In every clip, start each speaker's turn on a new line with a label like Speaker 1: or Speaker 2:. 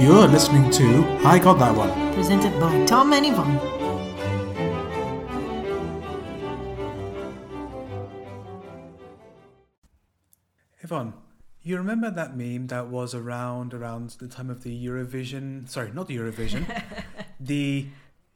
Speaker 1: You're listening to I Got That One.
Speaker 2: presented by Tom and Yvonne.
Speaker 1: Yvonne, you remember that meme that was around around the time of the Eurovision? Sorry, not the Eurovision. the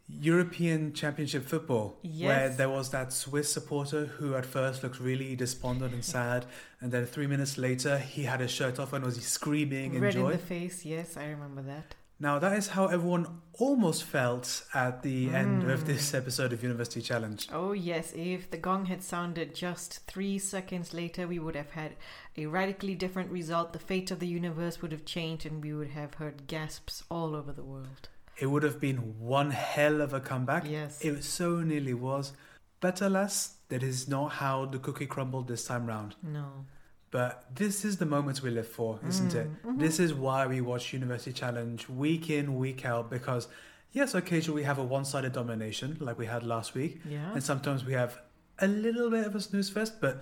Speaker 1: European Championship football, where
Speaker 2: Yes.
Speaker 1: there was that Swiss supporter who at first looked really despondent and sad, and then three minutes later he had his shirt off and was screaming in
Speaker 2: Red
Speaker 1: joy.
Speaker 2: in the face, yes, I remember that.
Speaker 1: now that is how everyone almost felt at the end
Speaker 2: Mm.
Speaker 1: of this episode of University Challenge.
Speaker 2: Oh, yes, if the gong had sounded just three seconds later, we would have had a radically different result. The fate of the universe would have changed, and we would have heard gasps all over the world.
Speaker 1: It would have been one hell of a comeback.
Speaker 2: Yes.
Speaker 1: It so nearly was. But alas, that is not how the cookie crumbled this time round.
Speaker 2: No.
Speaker 1: But this is the moments we live for, isn't it? This is why we watch University Challenge week in, week out, because yes, occasionally we have a one sided domination like we had last week.
Speaker 2: Yeah.
Speaker 1: And sometimes we have a little bit of a snooze fest, but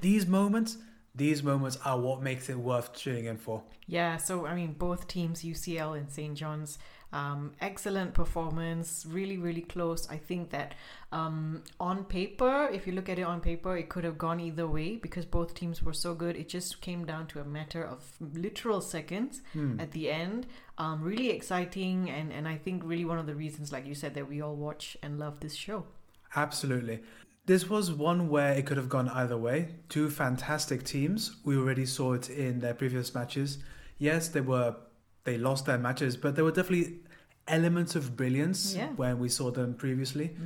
Speaker 1: these moments, these moments are what makes it worth tuning in for.
Speaker 2: Yeah, so I mean, both teams, UCL and St. John's, um, excellent performance, really, really close. I think that um, on paper, if you look at it on paper, it could have gone either way because both teams were so good. It just came down to a matter of literal seconds at the end. Um, really exciting, and, and I think really one of the reasons, like you said, that we all watch and love this show.
Speaker 1: Absolutely. This was one where it could have gone either way. Two fantastic teams. We already saw it in their previous matches. Yes, they were they lost their matches, but there were definitely elements of brilliance
Speaker 2: Yeah.
Speaker 1: when we saw them previously.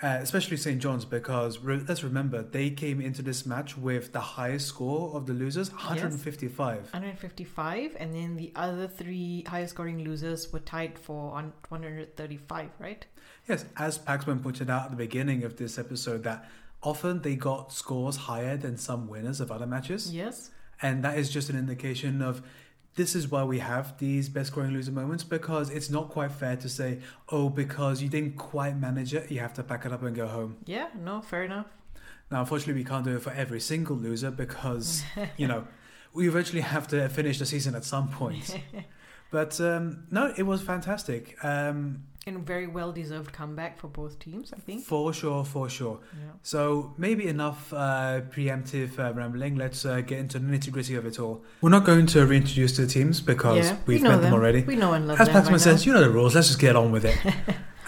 Speaker 1: Uh, especially St. John's, because re- let's remember they came into this match with the highest score of the losers, 155.
Speaker 2: 155, and then the other three highest scoring losers were tied for on 135, right?
Speaker 1: Yes, as Paxman pointed out at the beginning of this episode, that often they got scores higher than some winners of other matches.
Speaker 2: Yes.
Speaker 1: And that is just an indication of this is why we have these best scoring loser moments because it's not quite fair to say, oh, because you didn't quite manage it, you have to pack it up and go home.
Speaker 2: Yeah, no, fair enough.
Speaker 1: Now, unfortunately, we can't do it for every single loser because, you know, we eventually have to finish the season at some point. But um, no, it was fantastic. Um,
Speaker 2: And very well deserved comeback for both teams, I think.
Speaker 1: for sure, for sure.
Speaker 2: Yeah.
Speaker 1: So maybe enough uh, preemptive uh, rambling. Let's uh, get into the nitty gritty of it all. We're not going to reintroduce the teams because
Speaker 2: Yeah, we
Speaker 1: we've
Speaker 2: know
Speaker 1: met them
Speaker 2: them.
Speaker 1: already.
Speaker 2: We know and love
Speaker 1: As
Speaker 2: them. by
Speaker 1: Paxman says, you know the rules. Let's just get on with it.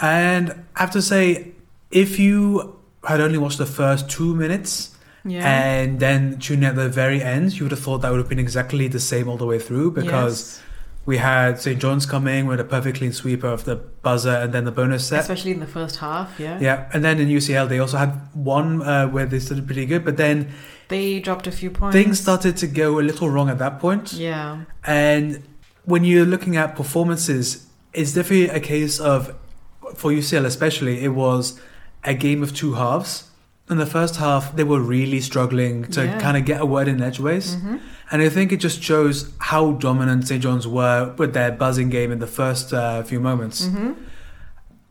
Speaker 1: and I have to say, if you had only watched the first two minutes
Speaker 2: now. yeah.
Speaker 1: and then tuned in at the very end, you would have thought that would have been exactly the same all the way through because
Speaker 2: Yes.
Speaker 1: we had St. John's coming with a perfect clean sweeper of the buzzer and then the bonus set.
Speaker 2: especially in the first half, yeah.
Speaker 1: yeah, and then in UCL they also had one uh, where they started pretty good, but then
Speaker 2: They dropped a few points.
Speaker 1: things started to go a little wrong at that point.
Speaker 2: Yeah.
Speaker 1: And when you're looking at performances, it's definitely a case of, for UCL especially, it was a game of two halves. In the first half, they were really struggling to
Speaker 2: Yeah. Mm.
Speaker 1: kind of get a word in edgeways.
Speaker 2: Mm-hmm.
Speaker 1: And I think it just shows how dominant St. John's were with their buzzing game in the first uh, few moments.
Speaker 2: Mm. Mm-hmm.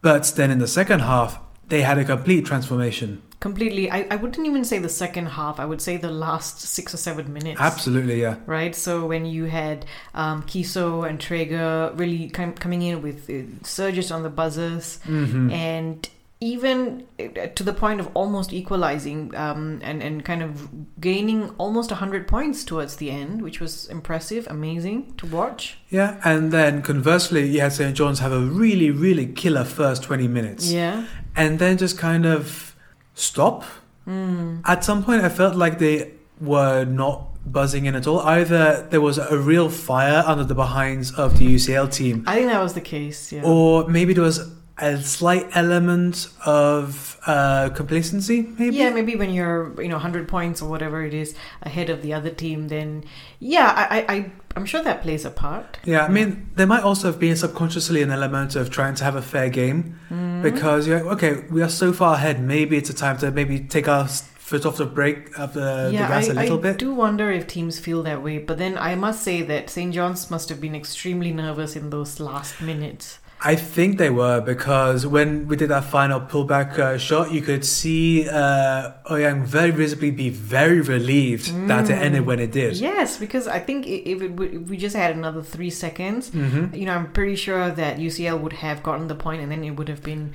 Speaker 1: But then in the second half, they had a complete transformation.
Speaker 2: Completely. I, I wouldn't even say the second half. I would say the last six or seven minutes.
Speaker 1: Absolutely, yeah.
Speaker 2: right? So when you had um, Kiso and Traeger really com- coming in with uh, surges on the buzzers,
Speaker 1: Mm-hmm. Hmm.
Speaker 2: and even uh, to the point of almost equalizing um, and and kind of gaining almost hundred points towards the end, which was impressive, amazing to watch.
Speaker 1: Yeah, and then conversely, you had St. John's have a really, really killer first 20 minutes.
Speaker 2: Yeah,
Speaker 1: and then just kind of stop.
Speaker 2: Hmm.
Speaker 1: At some point, I felt like they were not buzzing in at all. Either there was a real fire under the behinds of the UCL team,
Speaker 2: I think that was the case. Yeah,
Speaker 1: or maybe there was a slight element of uh, complacency, maybe?
Speaker 2: Yeah, maybe when you're you know 100 points or whatever it is ahead of the other team, then yeah, I I, I I'm sure that plays a part.
Speaker 1: Yeah, I mean, there might also have been subconsciously an element of trying to have a fair game
Speaker 2: Hmm.
Speaker 1: because you're like, okay, we are so far ahead. Maybe it's a time to maybe take our s- foot off the brake, of Uh, the, the gas
Speaker 2: I,
Speaker 1: a little
Speaker 2: I
Speaker 1: bit.
Speaker 2: do wonder if teams feel that way. But then I must say that St. John's must have been extremely nervous in those last minutes.
Speaker 1: I think they were because when we did that final pullback uh, shot, you could see uh, Ouyang very visibly be very relieved that it ended when it did.
Speaker 2: Yes, because I think i- if, it would, if we just had another three seconds,
Speaker 1: hmm
Speaker 2: you know, I'm pretty sure that UCL would have gotten the point, and then it would have been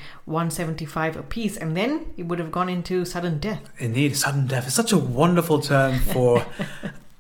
Speaker 2: 175 apiece, and then it would have gone into sudden death.
Speaker 1: Indeed, sudden death is such a wonderful term for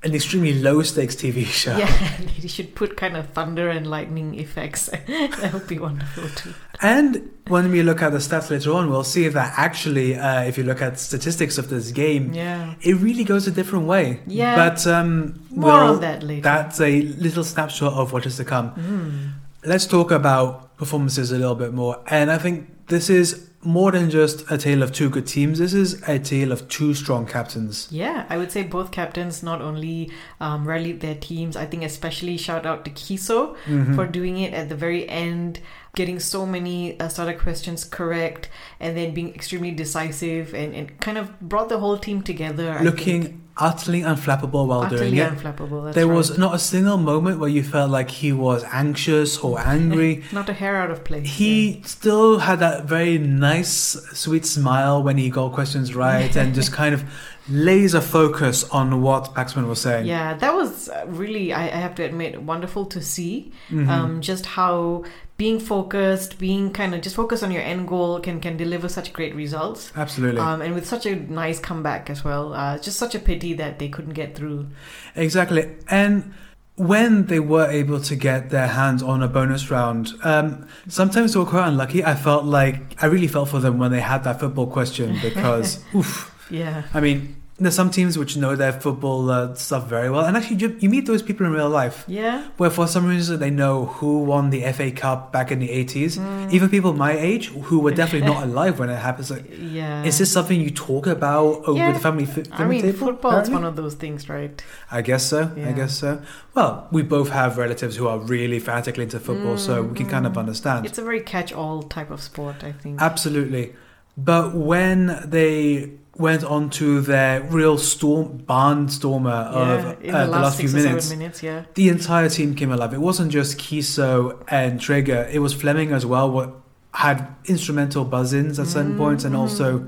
Speaker 1: an extremely low stakes TV show.
Speaker 2: Yeah, they should put kind of thunder and lightning effects. that would be wonderful too.
Speaker 1: And when we look at the stats later on, we'll see that actually, uh, if you look at statistics of this game,
Speaker 2: Yeah,
Speaker 1: it really goes a different way.
Speaker 2: Yeah.
Speaker 1: But um,
Speaker 2: more
Speaker 1: we'll-
Speaker 2: on that later.
Speaker 1: that's a little snapshot of what is to come.
Speaker 2: Mm.
Speaker 1: Let's talk about performances a little bit more. And I think this is more than just a tale of two good teams. This is a tale of two strong captains.
Speaker 2: Yeah, I would say both captains not only um, rallied their teams, I think especially shout out to Kiso.
Speaker 1: Mhm.
Speaker 2: for doing it at the very end, getting so many uh, starter questions correct, and then being extremely decisive and, and kind of brought the whole team together. I think.
Speaker 1: Looking utterly unflappable while doing
Speaker 2: utterly
Speaker 1: it.
Speaker 2: unflappable. That's
Speaker 1: There
Speaker 2: right.
Speaker 1: was not a single moment where you felt like he was anxious or angry.
Speaker 2: not a hair out of place.
Speaker 1: He still had that very nice, sweet smile when he got questions right and just kind of laser focus on what Paxman was
Speaker 2: yeah.
Speaker 1: saying.
Speaker 2: Yeah, that was uh, really, I, I have to admit, wonderful to see.
Speaker 1: Mhm.
Speaker 2: um, just how being focused, being kind of just focused on your end goal can can deliver such great results.
Speaker 1: Absolutely.
Speaker 2: Um, and with such a nice comeback as well. Uh, just such a pity that they couldn't get through.
Speaker 1: Exactly. And when they were able to get their hands on a bonus round, um, sometimes they were quite unlucky. I felt like I really felt for them when they had that football question because, oof,
Speaker 2: Yeah.
Speaker 1: I mean, there's some teams which know their football uh, stuff very well. And actually, you, you meet those people in real life
Speaker 2: Yeah.
Speaker 1: where for some reason they know who won the FA Cup back in the 80s.
Speaker 2: Mm.
Speaker 1: Even people my age who were definitely not alive when it happens. Like,
Speaker 2: Yeah.
Speaker 1: is this something you talk about over
Speaker 2: Yeah.
Speaker 1: the family, f-
Speaker 2: I
Speaker 1: family
Speaker 2: mean,
Speaker 1: table?
Speaker 2: football is
Speaker 1: apparently?
Speaker 2: one of those things, right?
Speaker 1: I guess so. I
Speaker 2: Yeah.
Speaker 1: guess so. Well, we both have relatives who are really fanatically into football, so we can kind of
Speaker 2: Mhm.
Speaker 1: understand.
Speaker 2: It's a very catch-all type of sport, I think.
Speaker 1: Absolutely. But when they went on to their real storm barnstormer of uh,
Speaker 2: in
Speaker 1: the, last few
Speaker 2: six or
Speaker 1: minutes,
Speaker 2: seven minutes, yeah.
Speaker 1: the entire team came alive. It wasn't just Kiso and Traeger, it was Fleming as well, what had instrumental buzz ins at certain points, and
Speaker 2: Mhm.
Speaker 1: also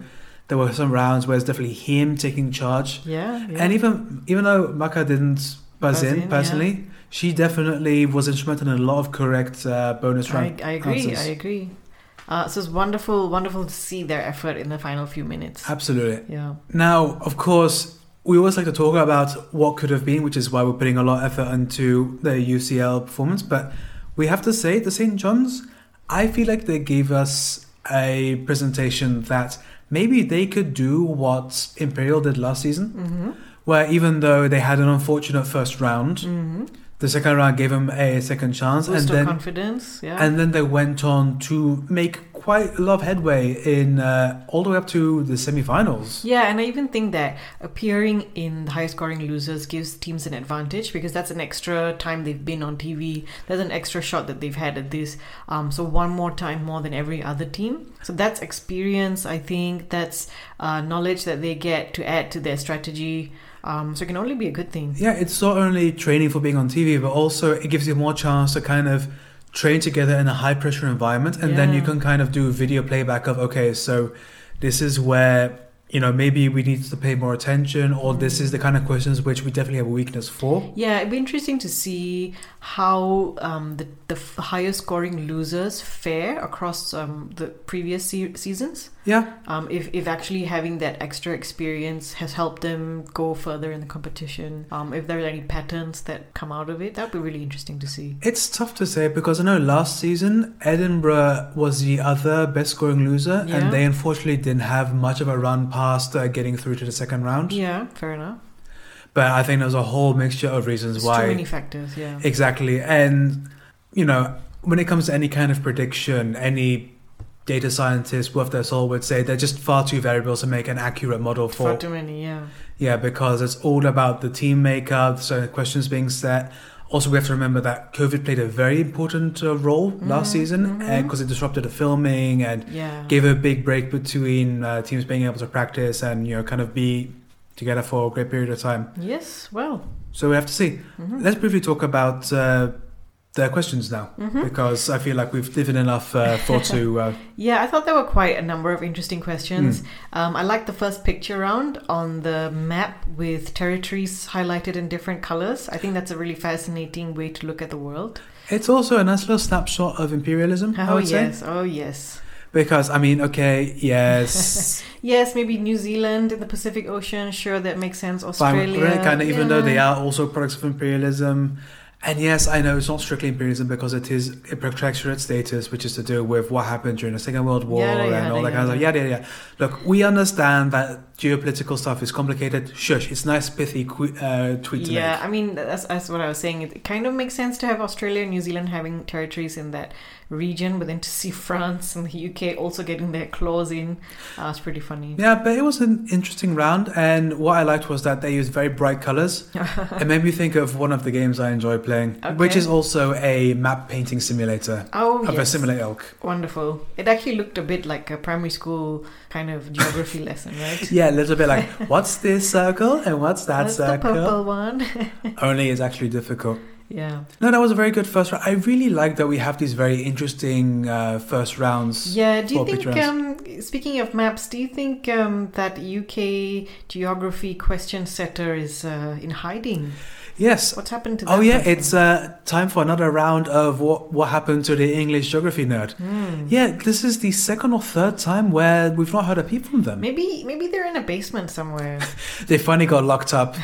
Speaker 1: there were some rounds where it's definitely him taking charge.
Speaker 2: Yeah, yeah.
Speaker 1: And even even though Maka didn't buzz,
Speaker 2: Buzz
Speaker 1: in,
Speaker 2: in, yeah.
Speaker 1: personally, she definitely was instrumental in a lot of correct uh, bonus
Speaker 2: I,
Speaker 1: round.
Speaker 2: I agree,
Speaker 1: answers.
Speaker 2: I agree. Uh, so it's wonderful, wonderful to see their effort in the final few minutes.
Speaker 1: Absolutely.
Speaker 2: Yeah.
Speaker 1: Now, of course, we always like to talk about what could have been, which is why we're putting a lot of effort into the UCL performance. But we have to say, the St. John's, I feel like they gave us a presentation that maybe they could do what Imperial did last season,
Speaker 2: Mm-hmm.
Speaker 1: where even though they had an unfortunate first round,
Speaker 2: Mm-hmm.
Speaker 1: The second round gave him a second chance, and
Speaker 2: Boost of
Speaker 1: then
Speaker 2: confidence, yeah.
Speaker 1: and then they went on to make quite a lot of headway in uh, all the way up to the semi-finals.
Speaker 2: Yeah, and I even think that appearing in the high scoring losers gives teams an advantage because that's an extra time they've been on TV. That's an extra shot that they've had at this. Um, so one more time more than every other team. So that's experience, I think. That's uh, knowledge that they get to add to their strategy. Um, so it can only be a good thing.
Speaker 1: Yeah, it's not only training for being on TV, but also it gives you more chance to kind of train together in a high-pressure environment, and then you
Speaker 2: Yeah.
Speaker 1: can kind of do video playback of okay, so this is where you know maybe we need to pay more attention, or this is the kind of questions which we definitely have a weakness for.
Speaker 2: Yeah, it'd be interesting to see how um, the, the f- higher scoring losers fare across um, the previous se- seasons.
Speaker 1: Yeah,
Speaker 2: um, if, if actually having that extra experience has helped them go further in the competition, um, if there are any patterns that come out of it, that'd be really interesting to see.
Speaker 1: It's tough to say because I know last season Edinburgh was the other best scoring loser,
Speaker 2: Yeah.
Speaker 1: and they unfortunately didn't have much of a run past uh, getting through to the second round.
Speaker 2: Yeah, fair enough.
Speaker 1: But I think there's a whole mixture of reasons
Speaker 2: There's
Speaker 1: why
Speaker 2: too many factors. Yeah.
Speaker 1: exactly. And you know, when it comes to any kind of prediction, any data scientist worth their soul would say they're just far too variables to make an accurate model for.
Speaker 2: Far too many. Yeah.
Speaker 1: Yeah, because it's all about the team makeup, so questions being set. Also, we have to remember that COVID played a very important uh, role last
Speaker 2: Mhm,
Speaker 1: season because
Speaker 2: mhm.
Speaker 1: it disrupted the filming and
Speaker 2: Yeah.
Speaker 1: gave a big break between uh, teams being able to practice and you know kind of be together for a great period of time.
Speaker 2: yes. Well.
Speaker 1: So we have to see.
Speaker 2: mhm.
Speaker 1: Let's briefly talk about uh, their questions now
Speaker 2: Mhm.
Speaker 1: because I feel like we've given enough uh, thought to. Uh,
Speaker 2: Yeah, I thought there were quite a number of interesting questions.
Speaker 1: Hmm.
Speaker 2: Um, I liked the first picture round on the map with territories highlighted in different colors. I think that's a really fascinating way to look at the world.
Speaker 1: it's also a nice little snapshot of imperialism, I
Speaker 2: Oh,
Speaker 1: would say.
Speaker 2: yes. Oh, yes.
Speaker 1: Because, I mean, okay, yes.
Speaker 2: Yes, maybe New Zealand in the Pacific Ocean. Sure, that makes sense.
Speaker 1: fine with
Speaker 2: Australia.
Speaker 1: it, kind of, even though they
Speaker 2: yeah.
Speaker 1: are also products of imperialism. And yes, I know it's not strictly imperialism because it is a protectorate status, which is to do with what happened during the Second World War
Speaker 2: Yada,
Speaker 1: and all
Speaker 2: yada,
Speaker 1: that kind of stuff. Yada, yada, yada. Look, we understand that geopolitical stuff is complicated. Shush, it's nice, pithy que- uh, tweet to
Speaker 2: yeah,
Speaker 1: make.
Speaker 2: I mean that's, that's what I was saying. It kind of makes sense to have Australia and New Zealand having territories in that region, but then to see France and the UK also getting their claws in, uh, it's pretty funny.
Speaker 1: Yeah, but it was an interesting round, and what I liked was that they used very bright colors. it made me think of one of the games I enjoy playing, which
Speaker 2: Okay.
Speaker 1: is also a map painting simulator
Speaker 2: Oh,
Speaker 1: of a
Speaker 2: yes.
Speaker 1: similar ilk.
Speaker 2: Wonderful. It actually looked a bit like a primary school kind of geography lesson, right?
Speaker 1: Yeah, a little bit like, what's this circle and what's that
Speaker 2: That's the
Speaker 1: circle?
Speaker 2: purple one.
Speaker 1: Only it's actually difficult.
Speaker 2: yeah.
Speaker 1: No, that was a very good first round. I really like that we have these very interesting uh, first rounds.
Speaker 2: Yeah. Do you
Speaker 1: Well,
Speaker 2: think,
Speaker 1: picturesque.
Speaker 2: um, speaking of maps, do you think um, that UK geography question setter is uh, in hiding?
Speaker 1: Yes.
Speaker 2: What's happened to that?
Speaker 1: Oh yeah,
Speaker 2: person?
Speaker 1: it's uh, time for another round of what what happened to the English geography nerd.
Speaker 2: Hmm.
Speaker 1: Yeah, this is the second or third time where we've not heard a peep from them.
Speaker 2: Maybe maybe they're in a basement somewhere.
Speaker 1: They finally got locked up.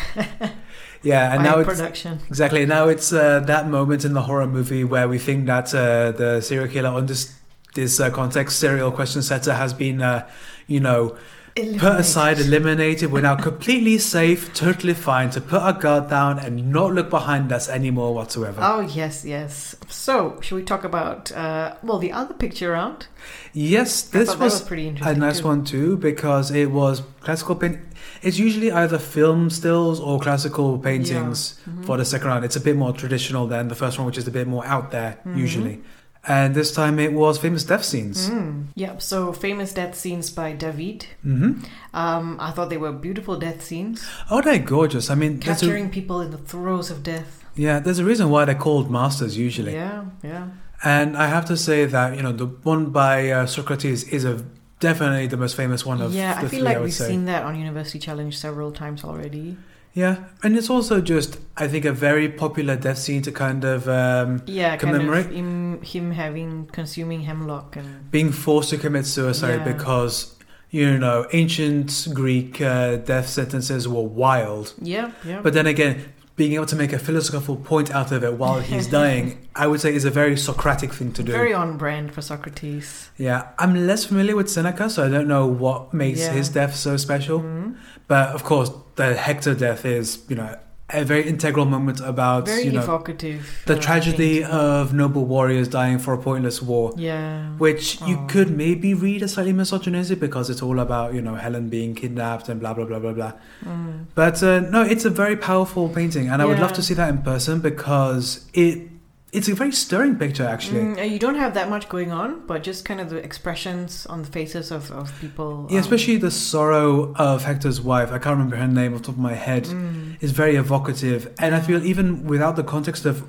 Speaker 1: Yeah, and
Speaker 2: by
Speaker 1: now it's
Speaker 2: production.
Speaker 1: Exactly. Now it's uh, that moment in the horror movie where we think that uh, the serial killer on this this uh, context serial question setter has been, uh, you know, put aside,
Speaker 2: Eliminated.
Speaker 1: eliminated. We're now completely safe, totally fine to put our guard down and not look behind us anymore whatsoever.
Speaker 2: Oh yes, yes. So, should we talk about uh, well the other picture round?
Speaker 1: yes,
Speaker 2: I
Speaker 1: this
Speaker 2: thought that
Speaker 1: was
Speaker 2: pretty
Speaker 1: a
Speaker 2: interesting.
Speaker 1: nice
Speaker 2: too.
Speaker 1: one too because it was classical paint. It's usually either film stills or classical paintings
Speaker 2: Mm-hmm.
Speaker 1: for the second round. It's a bit more traditional than the first one, which is a bit more out there
Speaker 2: Mm-hmm.
Speaker 1: usually. And this time it was famous death scenes.
Speaker 2: Mm. Yep. So famous death scenes by David.
Speaker 1: hmm
Speaker 2: Um, I thought they were beautiful death scenes,
Speaker 1: Oh, they're gorgeous. I mean, there's a,
Speaker 2: capturing people in the throes of death.
Speaker 1: yeah, there's a reason why they're called masters usually.
Speaker 2: Yeah, yeah.
Speaker 1: And I have to say that you know the one by uh, Socrates is a definitely the most famous one of
Speaker 2: yeah,
Speaker 1: the
Speaker 2: I feel
Speaker 1: three.
Speaker 2: like
Speaker 1: I would
Speaker 2: we've
Speaker 1: say.
Speaker 2: seen that on University Challenge several times already.
Speaker 1: Yeah, and it's also just I think a very popular death scene to kind of um,
Speaker 2: Yeah,
Speaker 1: Commemorate?
Speaker 2: kind of him, him having consuming hemlock and
Speaker 1: being forced to commit suicide
Speaker 2: Yeah.
Speaker 1: because you know ancient Greek uh, death sentences were wild.
Speaker 2: yeah, yeah.
Speaker 1: But then again, being able to make a philosophical point out of it while he's dying, I would say, is a very Socratic thing to do.
Speaker 2: very on brand for Socrates.
Speaker 1: Yeah, I'm less familiar with Seneca, so I don't know what makes
Speaker 2: Yeah.
Speaker 1: his death so special.
Speaker 2: Mhm.
Speaker 1: But of course, the Hector death is, you know, a very integral moment about,
Speaker 2: Very
Speaker 1: you know,
Speaker 2: evocative.
Speaker 1: the
Speaker 2: uh,
Speaker 1: tragedy
Speaker 2: painting.
Speaker 1: of noble warriors dying for a pointless war,
Speaker 2: yeah.
Speaker 1: which you
Speaker 2: Aw.
Speaker 1: could maybe read as slightly misogynistic because it's all about, you know, Helen being kidnapped and blah, blah, blah, blah, blah.
Speaker 2: Mm.
Speaker 1: But uh, no, it's a very powerful painting, and I would love
Speaker 2: Yeah.
Speaker 1: to see that in person because it it's a very stirring picture, actually.
Speaker 2: Mm, uh, you don't have that much going on, but just kind of the expressions on the faces of, of people.
Speaker 1: Yeah,
Speaker 2: um,
Speaker 1: especially the sorrow of Hector's wife. I can't remember her name off the top of my head.
Speaker 2: Mm,
Speaker 1: It's very evocative, and I feel even without the context of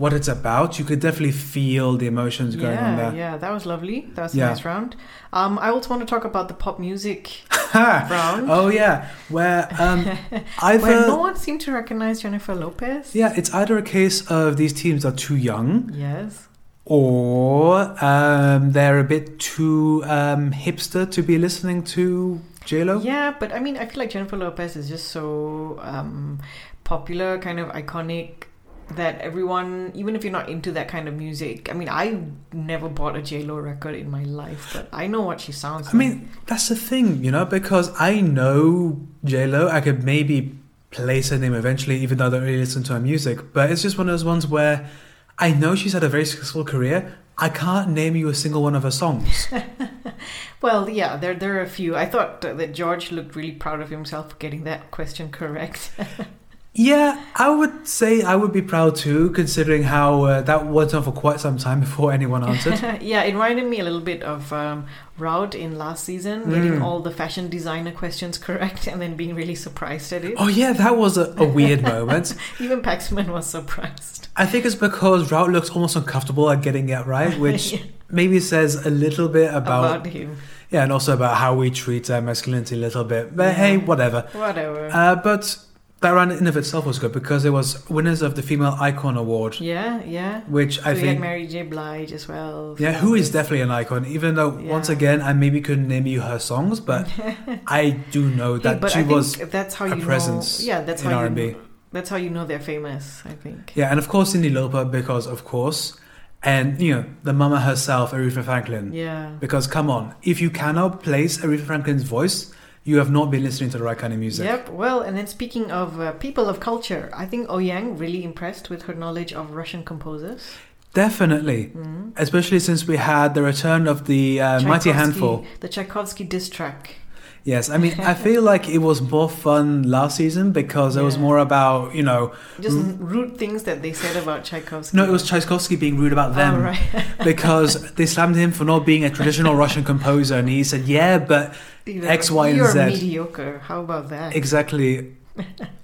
Speaker 1: what it's about, you could definitely feel the emotions going
Speaker 2: yeah,
Speaker 1: on there.
Speaker 2: yeah, that was lovely. That was
Speaker 1: Yeah.
Speaker 2: a nice round. Um, I also want to talk about the pop music
Speaker 1: Ha!
Speaker 2: round,
Speaker 1: oh yeah, where um,
Speaker 2: where
Speaker 1: either
Speaker 2: no one seemed to recognize Jennifer Lopez.
Speaker 1: yeah, it's either a case of these teams are too young,
Speaker 2: Yes.
Speaker 1: or um, they're a bit too um, hipster to be listening to J Lo.
Speaker 2: Yeah, but I mean, I feel like Jennifer Lopez is just so um, popular, kind of iconic. That everyone, even if you're not into that kind of music, I mean, I never bought a J Lo record in my life, but I know what she sounds
Speaker 1: I
Speaker 2: like.
Speaker 1: mean, that's the thing, you know, because I know J Lo. I could maybe place her name eventually, even though I don't really listen to her music. But it's just one of those ones where I know she's had a very successful career. I can't name you a single one of her songs.
Speaker 2: Well, yeah, there there are a few. I thought that George looked really proud of himself for getting that question correct.
Speaker 1: Yeah, I would say I would be proud too, considering how uh, that went on for quite some time before anyone answered.
Speaker 2: yeah, it reminded me a little bit of um, Roud in last season, getting
Speaker 1: Mm.
Speaker 2: all the fashion designer questions correct and then being really surprised at it.
Speaker 1: oh yeah, that was a, a weird moment.
Speaker 2: Even Paxman was surprised.
Speaker 1: I think it's because Route looks almost uncomfortable at getting it right, which
Speaker 2: Yeah,
Speaker 1: maybe says a little bit about,
Speaker 2: about, him.
Speaker 1: yeah, and also about how we treat uh, masculinity a little bit. But
Speaker 2: Yeah.
Speaker 1: hey, whatever.
Speaker 2: Whatever.
Speaker 1: Uh, but that round in of itself was good because it was winners of the Female Icon Award,
Speaker 2: yeah, yeah.
Speaker 1: which I
Speaker 2: we had
Speaker 1: think
Speaker 2: Mary J. Blige as well.
Speaker 1: Yeah, who is
Speaker 2: Fernandez.
Speaker 1: definitely an icon, even though once
Speaker 2: Yeah.
Speaker 1: again I maybe couldn't name you her songs, but I do know
Speaker 2: Hey,
Speaker 1: that
Speaker 2: but
Speaker 1: she
Speaker 2: I think
Speaker 1: was
Speaker 2: that's how
Speaker 1: a
Speaker 2: you
Speaker 1: presence
Speaker 2: know, yeah, that's
Speaker 1: in
Speaker 2: how
Speaker 1: R and B.
Speaker 2: you know, that's how you know they're famous. I think.
Speaker 1: Yeah, and of course Cindy Lauper because of course, and you know the mama herself, Aretha Franklin.
Speaker 2: Yeah.
Speaker 1: Because come on, if you cannot place Aretha Franklin's voice, you have not been listening to the right kind of music.
Speaker 2: Yep. Well, and then speaking of uh, people of culture, I think Ouyang really impressed with her knowledge of Russian composers.
Speaker 1: Definitely,
Speaker 2: Mm.
Speaker 1: especially since we had the return of the uh, Mighty
Speaker 2: Tchaikovsky-
Speaker 1: Handful.
Speaker 2: The Tchaikovsky diss track.
Speaker 1: Yes, I mean I feel like it was more fun last season because it was
Speaker 2: Yeah.
Speaker 1: more about you know
Speaker 2: Just rude things that they said about Tchaikovsky.
Speaker 1: Mm. no it was Tchaikovsky being rude about them.
Speaker 2: Oh, right.
Speaker 1: because they slammed him for not being a traditional Russian composer, and he said, "Yeah, but
Speaker 2: You're
Speaker 1: X,
Speaker 2: like,
Speaker 1: Y, and
Speaker 2: You're
Speaker 1: Z."
Speaker 2: mediocre. How about that?
Speaker 1: exactly."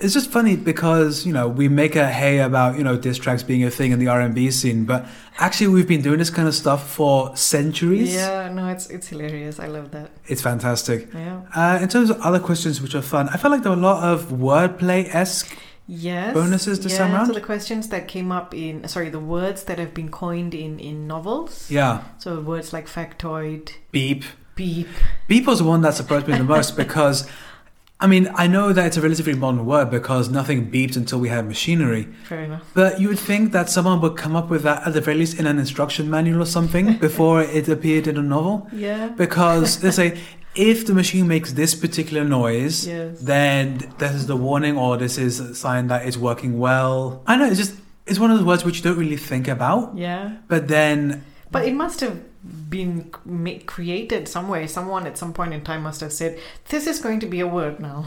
Speaker 1: It's just funny because you know we make a hay about you know diss tracks being a thing in the R and B scene, but actually we've been doing this kind of stuff for centuries.
Speaker 2: Yeah. No, it's it's hilarious. I love that.
Speaker 1: It's fantastic.
Speaker 2: Yeah.
Speaker 1: Uh, in terms of other questions which are fun, I felt like there were a lot of wordplay esque.
Speaker 2: Yes.
Speaker 1: Bonuses this
Speaker 2: yeah,
Speaker 1: time
Speaker 2: So
Speaker 1: round?
Speaker 2: the questions that came up in sorry, the words that have been coined in in novels.
Speaker 1: Yeah,
Speaker 2: So words like factoid,
Speaker 1: beep.
Speaker 2: beep.
Speaker 1: Beep was the one that surprised me the most because, I mean, I know that it's a relatively modern word because nothing beeped until we had machinery.
Speaker 2: Fair enough.
Speaker 1: But you would think that someone would come up with that at the very least in an instruction manual or something before it appeared in a novel.
Speaker 2: Yeah.
Speaker 1: Because they say, if the machine makes this particular noise,
Speaker 2: Yes.
Speaker 1: then this is the warning or this is a sign that it's working well. I know, it's just, it's one of those words which you don't really think about.
Speaker 2: Yeah.
Speaker 1: But then,
Speaker 2: But it must have been ma- created somewhere. Someone at some point in time must have said, "This is going to be a word now."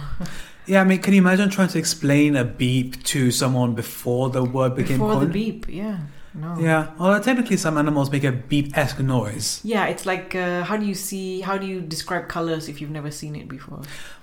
Speaker 1: yeah, I mean, can you imagine trying to explain a beep to someone before the word became
Speaker 2: Before the
Speaker 1: coined?
Speaker 2: beep, yeah. No.
Speaker 1: Yeah, although technically some animals make a beep esque noise.
Speaker 2: Yeah, it's like uh, how do you see? How do you describe colors if you've never seen it before?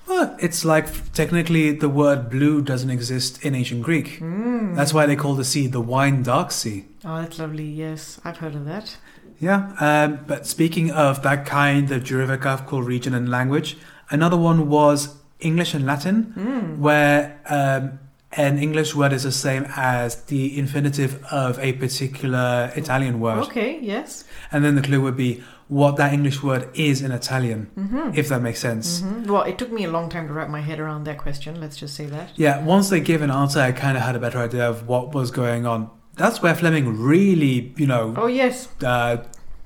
Speaker 1: Well, it's like technically the word blue doesn't exist in ancient Greek.
Speaker 2: Mm.
Speaker 1: That's why they call the sea the wine dark sea.
Speaker 2: oh, that's lovely. Yes, I've heard of that.
Speaker 1: Yeah, um, but speaking of that kind of geographical region and language, another one was English and Latin,
Speaker 2: Mm.
Speaker 1: where um, an English word is the same as the infinitive of a particular Italian word.
Speaker 2: Mm. Okay. Yes.
Speaker 1: And then the clue would be what that English word is in Italian,
Speaker 2: Mm-hmm.
Speaker 1: if that makes sense.
Speaker 2: Mhm. Well, it took me a long time to wrap my head around that question. Let's just say that.
Speaker 1: Yeah, once they gave an answer, I kind of had a better idea of what was going on. That's where Fleming really, you know,
Speaker 2: Oh yes,
Speaker 1: uh,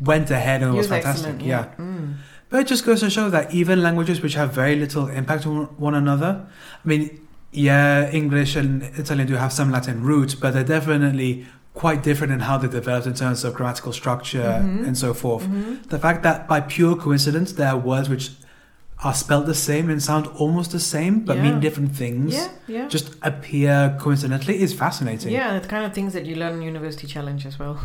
Speaker 1: went ahead and
Speaker 2: he
Speaker 1: was
Speaker 2: was
Speaker 1: fantastic.
Speaker 2: excellent.
Speaker 1: Yeah.
Speaker 2: Yeah. Mm.
Speaker 1: But it just goes to show that even languages which have very little impact on one another, I mean, yeah, English and Italian do have some Latin roots, but they're definitely quite different in how they developed in terms of grammatical structure
Speaker 2: Mhm.
Speaker 1: and so forth.
Speaker 2: Mhm.
Speaker 1: The fact that by pure coincidence there are words which are spelled the same and sound almost the same but mean
Speaker 2: Yeah.
Speaker 1: different things
Speaker 2: Yeah. Yeah.
Speaker 1: just appear coincidentally is fascinating.
Speaker 2: Yeah, the kind of things that you learn in university challenge as well.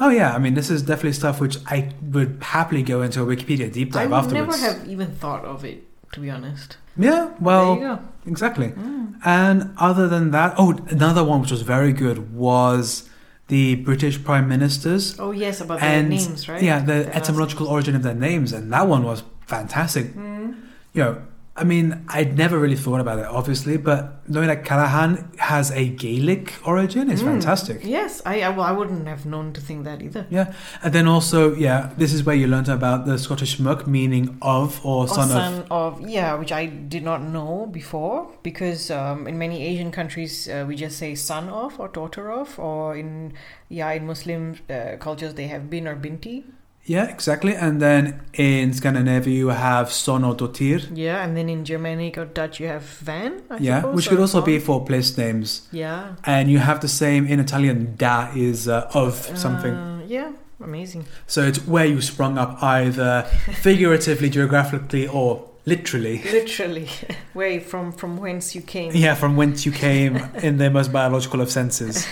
Speaker 1: Oh yeah, I mean this is definitely stuff which I would happily go into a Wikipedia deep
Speaker 2: I
Speaker 1: dive
Speaker 2: would
Speaker 1: afterwards.
Speaker 2: never have even thought of it, to be honest.
Speaker 1: Yeah, well,
Speaker 2: there you
Speaker 1: exactly.
Speaker 2: go. Mm.
Speaker 1: And other than that, oh, another one which was very good was the British Prime Ministers.
Speaker 2: Oh yes, about
Speaker 1: And,
Speaker 2: the names, right?
Speaker 1: Yeah, the
Speaker 2: Their last
Speaker 1: etymological origin of their names, and that one was fantastic.
Speaker 2: Mm.
Speaker 1: You know, I mean, I'd never really thought about it, obviously, but knowing that Callahan has a Gaelic origin is
Speaker 2: Mm.
Speaker 1: fantastic.
Speaker 2: Yes, I, I well, I wouldn't have known to think that either.
Speaker 1: And then also, yeah, this is where you learned about the Scottish muck, meaning of or,
Speaker 2: Or
Speaker 1: son, of.
Speaker 2: son of. yeah, which I did not know before because um, in many Asian countries uh, we just say son of or daughter of, or in yeah in Muslim uh, cultures they have bin or binti.
Speaker 1: Yeah, exactly. And then in Scandinavia, you have son or dotir.
Speaker 2: Yeah, and then in Germanic or Dutch you have van. I
Speaker 1: Yeah,
Speaker 2: suppose,
Speaker 1: which could
Speaker 2: or
Speaker 1: also be
Speaker 2: van.
Speaker 1: for place names.
Speaker 2: yeah
Speaker 1: And you have the same in Italian, da is uh, of something.
Speaker 2: Uh, yeah, amazing.
Speaker 1: So it's where you sprung up either figuratively, geographically, or literally.
Speaker 2: literally way from from whence you came
Speaker 1: Yeah, from whence you came in the most biological of senses.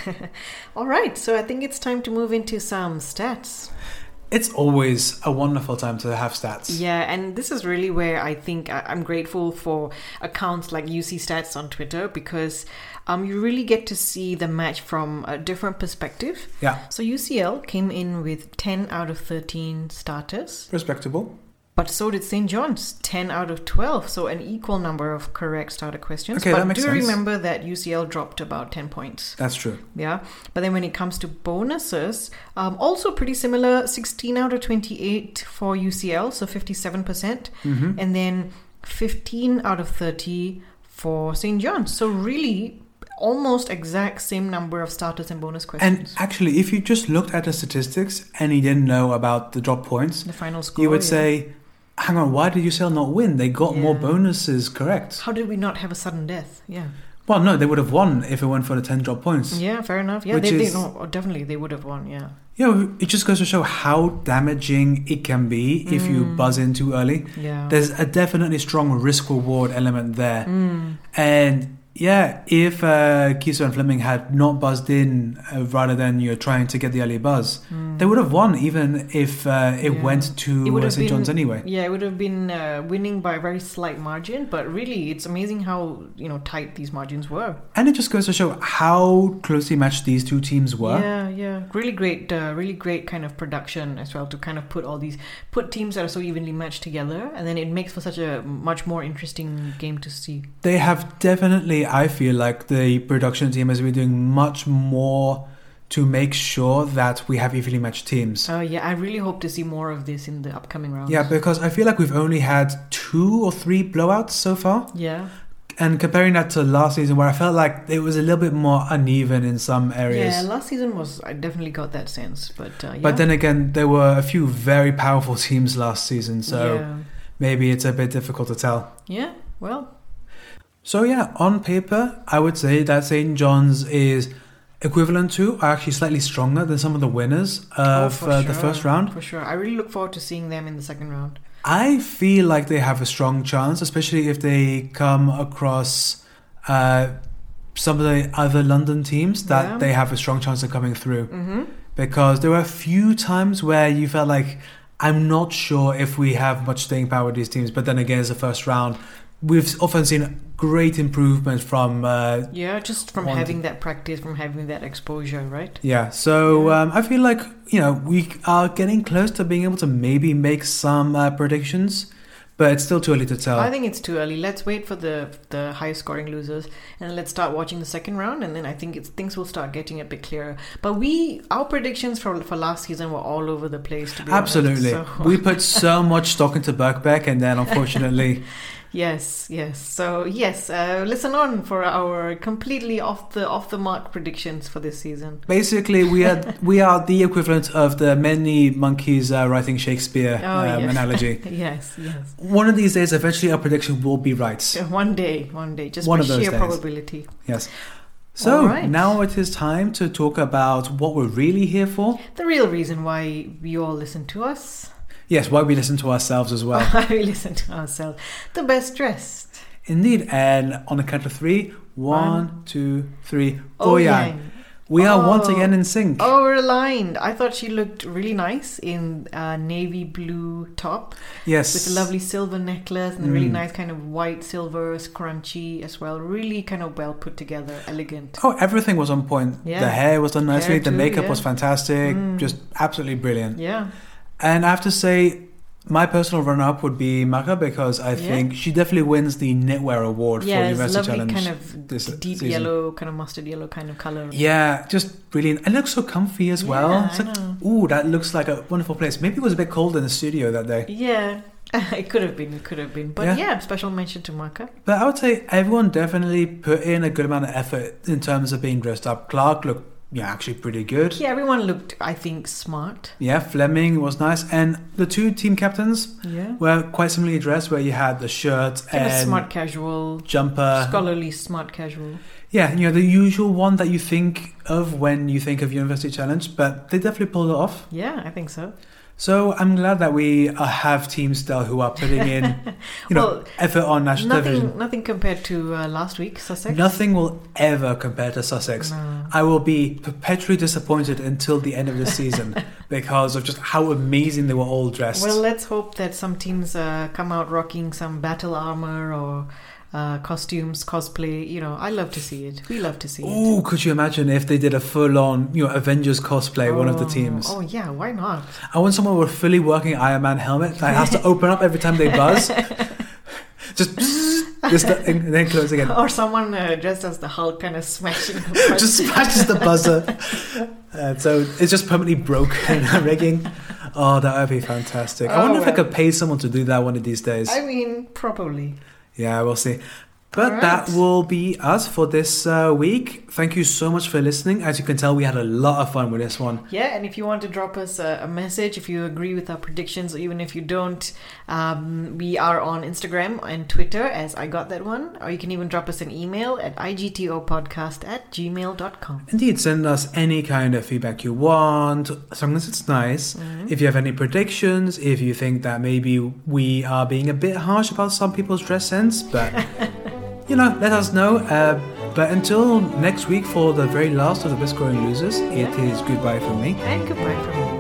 Speaker 2: all right so i think it's time to move into some stats
Speaker 1: It's always a wonderful time to have stats.
Speaker 2: yeah and this is really where i think I- i'm grateful for accounts like uc stats on twitter because um, you really get to see the match from a different perspective
Speaker 1: Yeah.
Speaker 2: so ucl came in with 10 out of 13 starters
Speaker 1: Respectable.
Speaker 2: But so did St. John's, 10 out of 12, so an equal number of correct starter questions.
Speaker 1: Okay,
Speaker 2: but
Speaker 1: that makes
Speaker 2: do
Speaker 1: sense.
Speaker 2: remember that UCL dropped about 10 points.
Speaker 1: That's true.
Speaker 2: Yeah. But then when it comes to bonuses, um, also pretty similar 16 out of 28 for UCL, so 57%, percent
Speaker 1: hmm
Speaker 2: and then 15 out of 30 for St. John's. So really almost exact same number of starters and bonus questions.
Speaker 1: And actually, if you just looked at the statistics and you didn't know about the drop points,
Speaker 2: the final score.
Speaker 1: you would
Speaker 2: oh, yeah.
Speaker 1: say, hang on, why did UCL not win? They got more
Speaker 2: Yeah.
Speaker 1: bonuses correct.
Speaker 2: How did we not have a sudden death? Yeah.
Speaker 1: Well, no, they would have won if it went for the 10 drop points.
Speaker 2: Yeah, fair enough. Yeah,
Speaker 1: Which
Speaker 2: they, they
Speaker 1: is-
Speaker 2: no, oh, definitely they would have won. Yeah,
Speaker 1: Yeah, it just goes to show how damaging it can be if you
Speaker 2: Mm.
Speaker 1: buzz in too early.
Speaker 2: yeah.
Speaker 1: There's a definitely strong risk reward element there.
Speaker 2: Mm.
Speaker 1: And yeah, if uh, Kiso and Fleming had not buzzed in uh, rather than you're trying to get the early buzz,
Speaker 2: Mm.
Speaker 1: they would have won even if uh, it
Speaker 2: Yeah.
Speaker 1: went
Speaker 2: It
Speaker 1: to
Speaker 2: would
Speaker 1: uh,
Speaker 2: have
Speaker 1: St. John's
Speaker 2: been-
Speaker 1: anyway.
Speaker 2: Yeah, it would have been uh, winning by a very slight margin, but really, it's amazing how you know tight these margins were.
Speaker 1: And it just goes to show how closely matched these two teams were.
Speaker 2: Yeah, yeah, really great, uh, really great kind of production as well to kind of put all these put teams that are so evenly matched together, and then it makes for such a much more interesting game to see.
Speaker 1: They have definitely, I feel like the production team has been doing much more to make sure that we have evenly matched teams.
Speaker 2: Oh yeah, I really hope to see more of this in the upcoming rounds.
Speaker 1: Yeah, because I feel like we've only had two or three blowouts so far.
Speaker 2: yeah,
Speaker 1: And comparing that to last season, where I felt like it was a little bit more uneven in some areas.
Speaker 2: yeah. Last season was I definitely got that sense, but uh, yeah.
Speaker 1: But then again, there were a few very powerful teams last season, so
Speaker 2: yeah.
Speaker 1: maybe it's a bit difficult to tell.
Speaker 2: Yeah, well,
Speaker 1: So yeah, on paper, I would say that St. John's is equivalent to, or actually slightly stronger than some of the winners of
Speaker 2: Oh, for
Speaker 1: uh, the
Speaker 2: sure.
Speaker 1: first round.
Speaker 2: for sure. I really look forward to seeing them in the second round.
Speaker 1: I feel like they have a strong chance, especially if they come across uh, some of the other London teams, that
Speaker 2: Yeah.
Speaker 1: they have a strong chance of coming through.
Speaker 2: Mm-hmm.
Speaker 1: Because there were a few times where you felt like, I'm not sure if we have much staying power with these teams, but then again, it's the first round. We've often seen great improvement from, uh,
Speaker 2: Yeah, just from
Speaker 1: Want-
Speaker 2: having that practice, from having that exposure, right?
Speaker 1: yeah. So um, I feel like, you know, we are getting close to being able to maybe make some uh, predictions, but it's still too early to tell.
Speaker 2: I think it's too early. Let's wait for the the highest scoring losers, and let's start watching the second round, and then I think it's, things will start getting a bit clearer. But we our predictions for for last season were all over the place. To be honest,
Speaker 1: Absolutely.
Speaker 2: so-
Speaker 1: We put so much stock into Birkbeck, and then unfortunately,
Speaker 2: Yes, yes. So yes, uh, listen on for our completely off the off the mark predictions for this season.
Speaker 1: basically, we are we are the equivalent of the many monkeys uh, writing Shakespeare
Speaker 2: Oh,
Speaker 1: um,
Speaker 2: yeah.
Speaker 1: analogy.
Speaker 2: Yes, yes.
Speaker 1: One of these days, eventually, our prediction will be right.
Speaker 2: One day, one day, just
Speaker 1: One
Speaker 2: by
Speaker 1: of those
Speaker 2: sheer
Speaker 1: days.
Speaker 2: probability.
Speaker 1: Yes. So
Speaker 2: All right.
Speaker 1: now it is time to talk about what we're really here for.
Speaker 2: The real reason why you all listen to us,
Speaker 1: Yes, why we listen to ourselves as well.
Speaker 2: why we listen to ourselves, the best dressed.
Speaker 1: Indeed. And on the count of three, one,
Speaker 2: One.
Speaker 1: two, three.
Speaker 2: Oh yeah.
Speaker 1: Oyan. We are once
Speaker 2: Oh.
Speaker 1: again in sync.
Speaker 2: Oh, we're aligned. I thought she looked really nice in a navy blue top
Speaker 1: yes.
Speaker 2: with a lovely silver necklace and a really
Speaker 1: Mm.
Speaker 2: nice kind of white silver scrunchie as well. Really kind of well put together, elegant.
Speaker 1: Oh, everything was on point.
Speaker 2: Yeah.
Speaker 1: The hair was done nicely.
Speaker 2: Hair
Speaker 1: the
Speaker 2: too,
Speaker 1: makeup
Speaker 2: yeah.
Speaker 1: was fantastic.
Speaker 2: Mm.
Speaker 1: Just absolutely brilliant.
Speaker 2: Yeah.
Speaker 1: And I have to say, my personal runner-up would be Maka because I
Speaker 2: Yeah.
Speaker 1: think she definitely wins the knitwear award
Speaker 2: Yeah,
Speaker 1: for
Speaker 2: it's
Speaker 1: University
Speaker 2: lovely
Speaker 1: Challenge.
Speaker 2: kind of
Speaker 1: this
Speaker 2: deep
Speaker 1: season.
Speaker 2: yellow, kind of mustard yellow kind of color.
Speaker 1: Yeah, just brilliant. And looks so comfy as well.
Speaker 2: Yeah,
Speaker 1: It's
Speaker 2: I
Speaker 1: like,
Speaker 2: know.
Speaker 1: ooh, that looks like a wonderful place. Maybe it was a bit cold in the studio that day.
Speaker 2: Yeah. it could have been, it could have been. But
Speaker 1: Yeah.
Speaker 2: yeah, special mention to Maka.
Speaker 1: But I would say everyone definitely put in a good amount of effort in terms of being dressed up. Clark looked, yeah, actually pretty good.
Speaker 2: Yeah, everyone looked, I think, smart.
Speaker 1: Yeah, Fleming was nice, and the two team captains
Speaker 2: Yeah.
Speaker 1: were quite similarly dressed, where you had the shirt
Speaker 2: Kind of
Speaker 1: and uh,
Speaker 2: smart casual,
Speaker 1: jumper.
Speaker 2: scholarly smart casual.
Speaker 1: Yeah, you know the usual one that you think of when you think of University Challenge, but they definitely pulled it off.
Speaker 2: Yeah, I think so.
Speaker 1: So I'm glad that we uh, have teams still who are putting in, you know,
Speaker 2: Well,
Speaker 1: effort on national television.
Speaker 2: Nothing, nothing compared to uh, last week, Sussex.
Speaker 1: Nothing will ever compare to Sussex.
Speaker 2: No.
Speaker 1: I will be perpetually disappointed until the end of the season because of just how amazing they were all dressed.
Speaker 2: Well, let's hope that some teams uh, come out rocking some battle armor or uh, costumes, cosplay. You know, I love to see it. We love to see it.
Speaker 1: Ooh, could you imagine if they did a full-on, you know, Avengers cosplay? One of the
Speaker 2: Oh,
Speaker 1: teams.
Speaker 2: Oh yeah, why not?
Speaker 1: I want someone with a fully working Iron Man helmet that has to open up every time they buzz. just just the, and then close again.
Speaker 2: Or someone uh, dressed as the Hulk, kind of smashing. the button.
Speaker 1: just smashes the buzzer. Uh, so it's just permanently broken rigging. Oh, that would be fantastic. I
Speaker 2: Oh,
Speaker 1: wonder if I
Speaker 2: well.
Speaker 1: could pay someone to do that one of these days.
Speaker 2: I mean, probably.
Speaker 1: Yeah, we'll see. But
Speaker 2: All
Speaker 1: that
Speaker 2: right.
Speaker 1: will be us for this uh, week. Thank you so much for listening. As you can tell, we had a lot of fun with this one.
Speaker 2: Yeah, and if you want to drop us a, a message, if you agree with our predictions, or even if you don't, um, we are on Instagram and Twitter as I Got That One, or you can even drop us an email at igtopodcast at gmail.com.
Speaker 1: Indeed, send us any kind of feedback you want, as long as it's nice.
Speaker 2: Mm-hmm.
Speaker 1: If you have any predictions, if you think that maybe we are being a bit harsh about some people's dress sense, but you know, let us know. Uh, but until next week for the very last of the best growing losers, it is goodbye from me.
Speaker 2: And goodbye from me.